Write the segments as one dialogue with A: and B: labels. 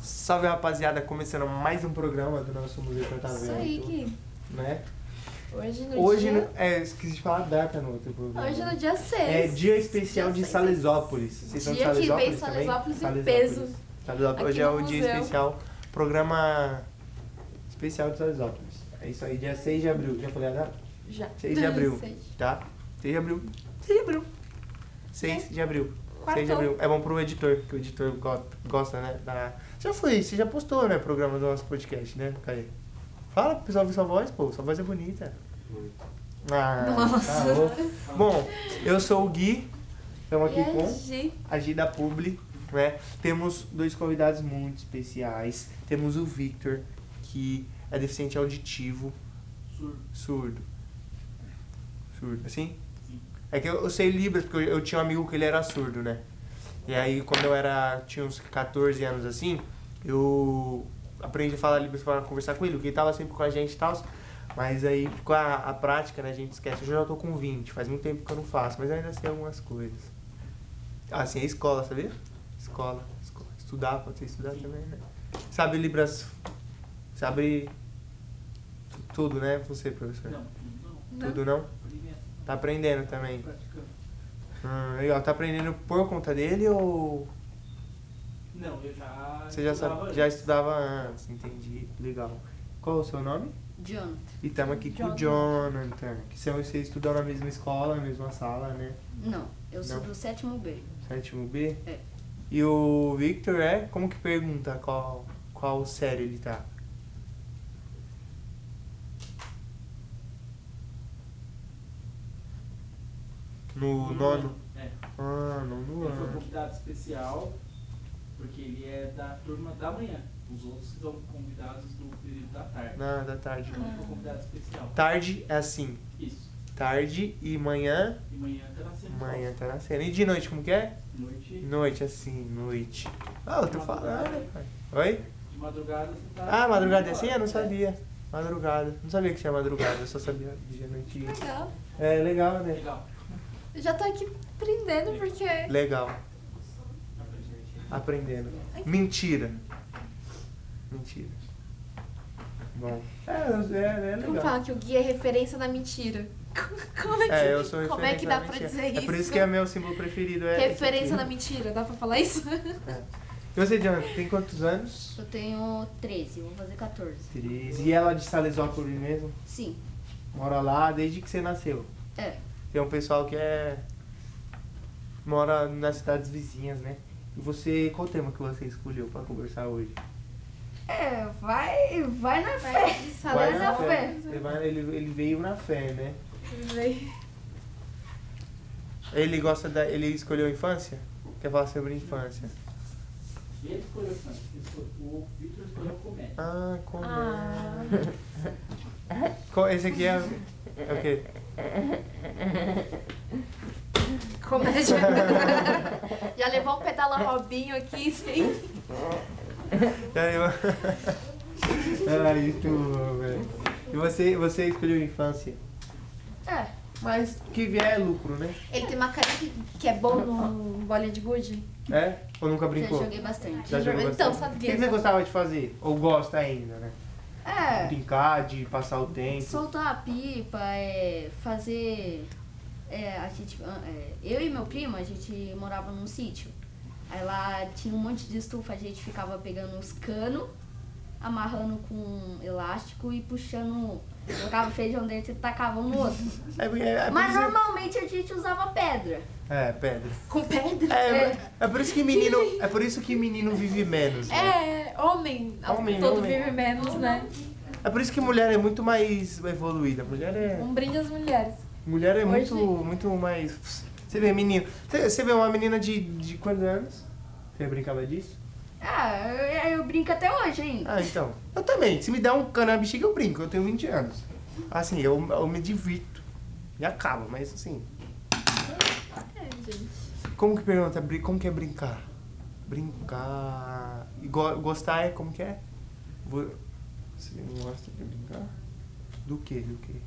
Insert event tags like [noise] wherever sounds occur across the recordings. A: Salve rapaziada, começando mais um programa do nosso Museu Catavento.
B: Isso aí que
A: Né?
B: hoje no
A: Tá Hoje,
B: dia...
A: no- é, eu esqueci de falar a data no outro programa.
B: Hoje no dia 6.
A: É dia especial de Salesópolis. Vocês são de
B: Dia que vem
A: Salesópolis também?
B: Salesópolis em peso.
A: Salesópolis. Hoje é
B: Aqui
A: o
B: no
A: dia
B: museu.
A: especial, programa especial de Salesópolis. É isso aí, dia 6 de abril. Já falei a data?
B: Já.
A: 6 de abril,
B: Seis.
A: tá? 6 de abril. 6 de abril.
B: É.
A: 6 de abril. 6 de
B: Quartou.
A: abril. É bom pro editor, que o editor go- gosta, né? Da... Já foi, você já postou, né? Programa do nosso podcast, né, Caí? Fala pro pessoal ver sua voz, pô. Sua voz é bonita. Ah,
B: Nossa.
A: tá louco. bom, eu sou o Gui. Estamos
B: E
A: aqui
B: aí,
A: com
B: Gi?
A: a Gida Publi, né? Temos dois convidados muito especiais. Temos o Victor, que é deficiente auditivo. Surdo. Surdo. Assim? É que eu, eu sei Libras, porque eu, eu tinha um amigo que ele era surdo, né? E aí, quando eu era. tinha uns 14 anos assim, eu aprendi a falar Libras pra conversar com ele, porque ele tava sempre com a gente e tal. Mas aí, com a, a prática, né, a gente esquece. Hoje eu já tô com 20, faz muito tempo que eu não faço, mas eu ainda sei algumas coisas. Assim, é escola, sabia? Escola, escola. Estudar, pode ser estudar também, né? Sabe Libras. Sabe. Tudo, né? Você, professor?
C: Não, não. é
A: Tudo não? Tá aprendendo também.
C: Praticando.
A: Hum, legal. Tá aprendendo por conta dele ou
C: Não, eu já.
A: você já,
C: Ah, estudava
A: sabe,
C: antes.
A: já estudava antes? Entendi. Legal. Qual o seu nome?
D: Jonathan.
A: E estamos aqui com o Jonathan. Que são vocês estudam na mesma escola, na mesma sala, né?
D: Não, eu sou
A: Não.
D: do sétimo B.
A: Sétimo B.
D: É.
A: E o Victor é? Como que pergunta qual, qual série ele tá? No nono?
C: É.
A: Ah, nono
C: Ele foi um
A: ano.
C: convidado especial, porque ele é da turma da manhã. Os outros são convidados do período da tarde.
A: Na, da tarde.
C: Então ele foi um convidado especial.
A: Tarde é assim.
C: Isso.
A: Tarde e manhã.
C: E manhã tá nascendo.
A: Manhã tá nascendo. E de noite como que é?
C: Noite,
A: Noite assim, noite. Ah, eu tô falando, pai. Oi?
C: de madrugada você tá.
A: Ah, madrugada é assim? Eu não sabia. Madrugada. Não sabia que tinha madrugada, eu só sabia de noite.
B: Legal.
A: É legal, né?
C: Legal.
B: Eu já tô aqui prendendo porque.
A: Legal. Aprendendo. Mentira. Mentira. Bom. É, é, é
B: Como
A: legal.
B: fala que o Gui é referência na mentira? [laughs] Como é que,
A: É, eu sou
B: como é que dá pra
A: referência
B: dizer
A: na mentira.
B: isso?
A: É por isso que é meu símbolo preferido. É esse
B: Referência na
A: aqui. É.
B: mentira, dá pra falar isso?
A: E você, Jonathan, tem quantos anos?
D: Eu tenho 13, vou fazer 14.
A: 13. E ela é de Salesópolis mesmo?
D: Sim,
A: Mora lá desde que você nasceu.
D: é.
A: Tem um pessoal que é. mora nas cidades vizinhas, né? E você, qual tema que você escolheu pra conversar hoje?
D: É, vai, vai na
B: [laughs] Vai
D: fé.
B: de
D: Vai na
B: Salesópolis.
D: fé.
A: Ele, vai- ele- ele veio na fé, né?
B: Vem.
A: Ele gosta da. Ele escolheu a infância? Quer falar sobre a infância?
C: Ele escolheu fã. Ele escolheu- O Victor escolheu comédia.
A: Ah, como.
B: Ah.
A: Co- Esse aqui é. É o quê?
B: Comédia. [laughs] já levou um pedala
A: [laughs]
B: Robinho aqui, sim.
A: É, eu- Ah, isso, velho. E você, você escolheu a infância?
B: É.
A: Mas que vier é lucro, né?
B: Ele tem uma carinha que, que é bom no bolinha de gude.
A: É? Ou nunca brincou?
D: Já joguei bastante.
A: Já jogou
B: Então,
A: bastante?
B: sabia.
A: O que você gostava de fazer? Ou gosta ainda, né?
D: É,
A: Brincar, de passar o tempo.
D: soltar a pipa, é, fazer... É, a gente, é, eu e meu primo, a gente morava num sítio. Aí lá tinha um monte de estufa, a gente ficava pegando uns canos, amarrando com elástico e puxando... Colocava feijão dentro e tacava um no outro.
A: É, porque- é, por
D: Mas
A: isso-
D: normalmente a gente usava pedra.
A: É, pedra.
B: Com pedra?
A: É, é por isso que menino. É por isso que menino vive menos. né?
B: É, homem,
A: Homem,
B: todo
A: homem.
B: vive menos, né?
A: É por isso que mulher é muito mais evoluída. Mulher é.
B: Um brinde às mulheres.
A: Mulher é muito,
B: Hoje-
A: muito mais. Você vê menino. Você, você vê uma menina de, de quantos anos? Você brincava disso?
D: Ah, eu, eu brinco até hoje ainda.
A: Ah, então. Eu também. Se me der um cano na bexiga, eu brinco. Eu tenho 20 anos. Assim, eu, eu me divirto. E acaba, mas assim.
B: É, gente.
A: Como que pergunta? Brin- Como que é brincar? Brincar. E go- gostar é como que é? Vo- Você não gosta de brincar? Do que? Do que?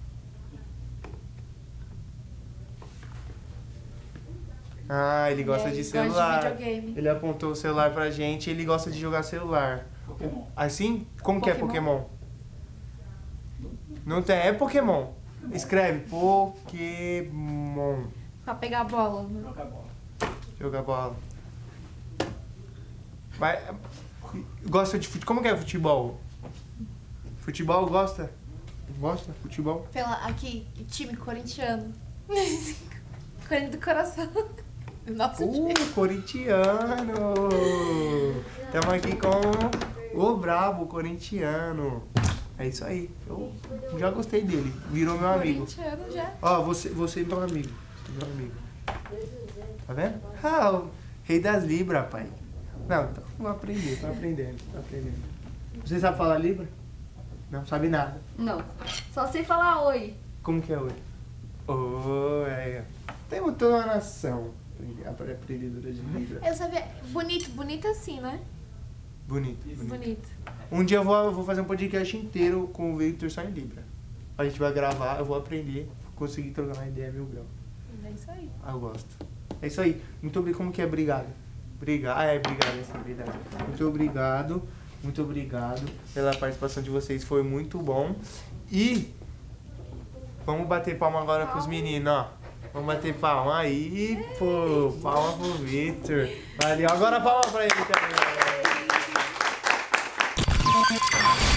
A: Ah, ele gosta de celular.
B: Gosta de videogame.
A: Ele apontou o celular pra gente e ele gosta de jogar celular.
C: Pokémon.
A: Assim? Como que é
B: Pokémon.
A: Pokémon? Não tem, é Pokémon. Escreve Pokémon.
B: Pra pegar a bola. né?
C: Joga a bola.
A: Jogar bola. Mas gosta de futebol. Como que é futebol? Futebol gosta? Gosta? Futebol?
B: Pela, aqui, time [laughs] corintiano. Corinthians do coração. [laughs] Nossa,
A: Uh, corintiano! Estamos aqui com o brabo corintiano. É isso aí. Eu já gostei dele. Virou meu amigo.
B: corintiano já.
A: Ó, você, você é meu amigo. Meu amigo. Tá vendo? Ah, o rei das libras, pai. Não, então, vou aprender, tô aprendendo, tô aprendendo. Você sabe falar libra? Não sabe nada.
D: Não. Só sei falar oi.
A: Como que é hoje? Oh, é. Temos toda uma nação aprendi- apre- aprendedora de libra.
B: Eu sabia. Bonito, bonito assim, né?
A: Bonito, bonito.
B: Bonito.
A: Um dia eu vou, eu vou fazer um podcast inteiro com o Victor só em libra. A gente vai gravar, eu vou aprender, conseguir trocar uma ideia mil grau.
B: É isso aí.
A: Ah, eu gosto. É isso aí. Muito obrigado. Como que é? Obrigado. Obrigado. Ah, é, obrigado, é sim, verdade. Muito obrigado. Muito obrigado pela participação de vocês. Foi muito bom. E vamos bater palma agora pros meninos, ó. Vamos bater palma aí, pô. Palma pro Victor. Valeu. Agora palma pra ele também.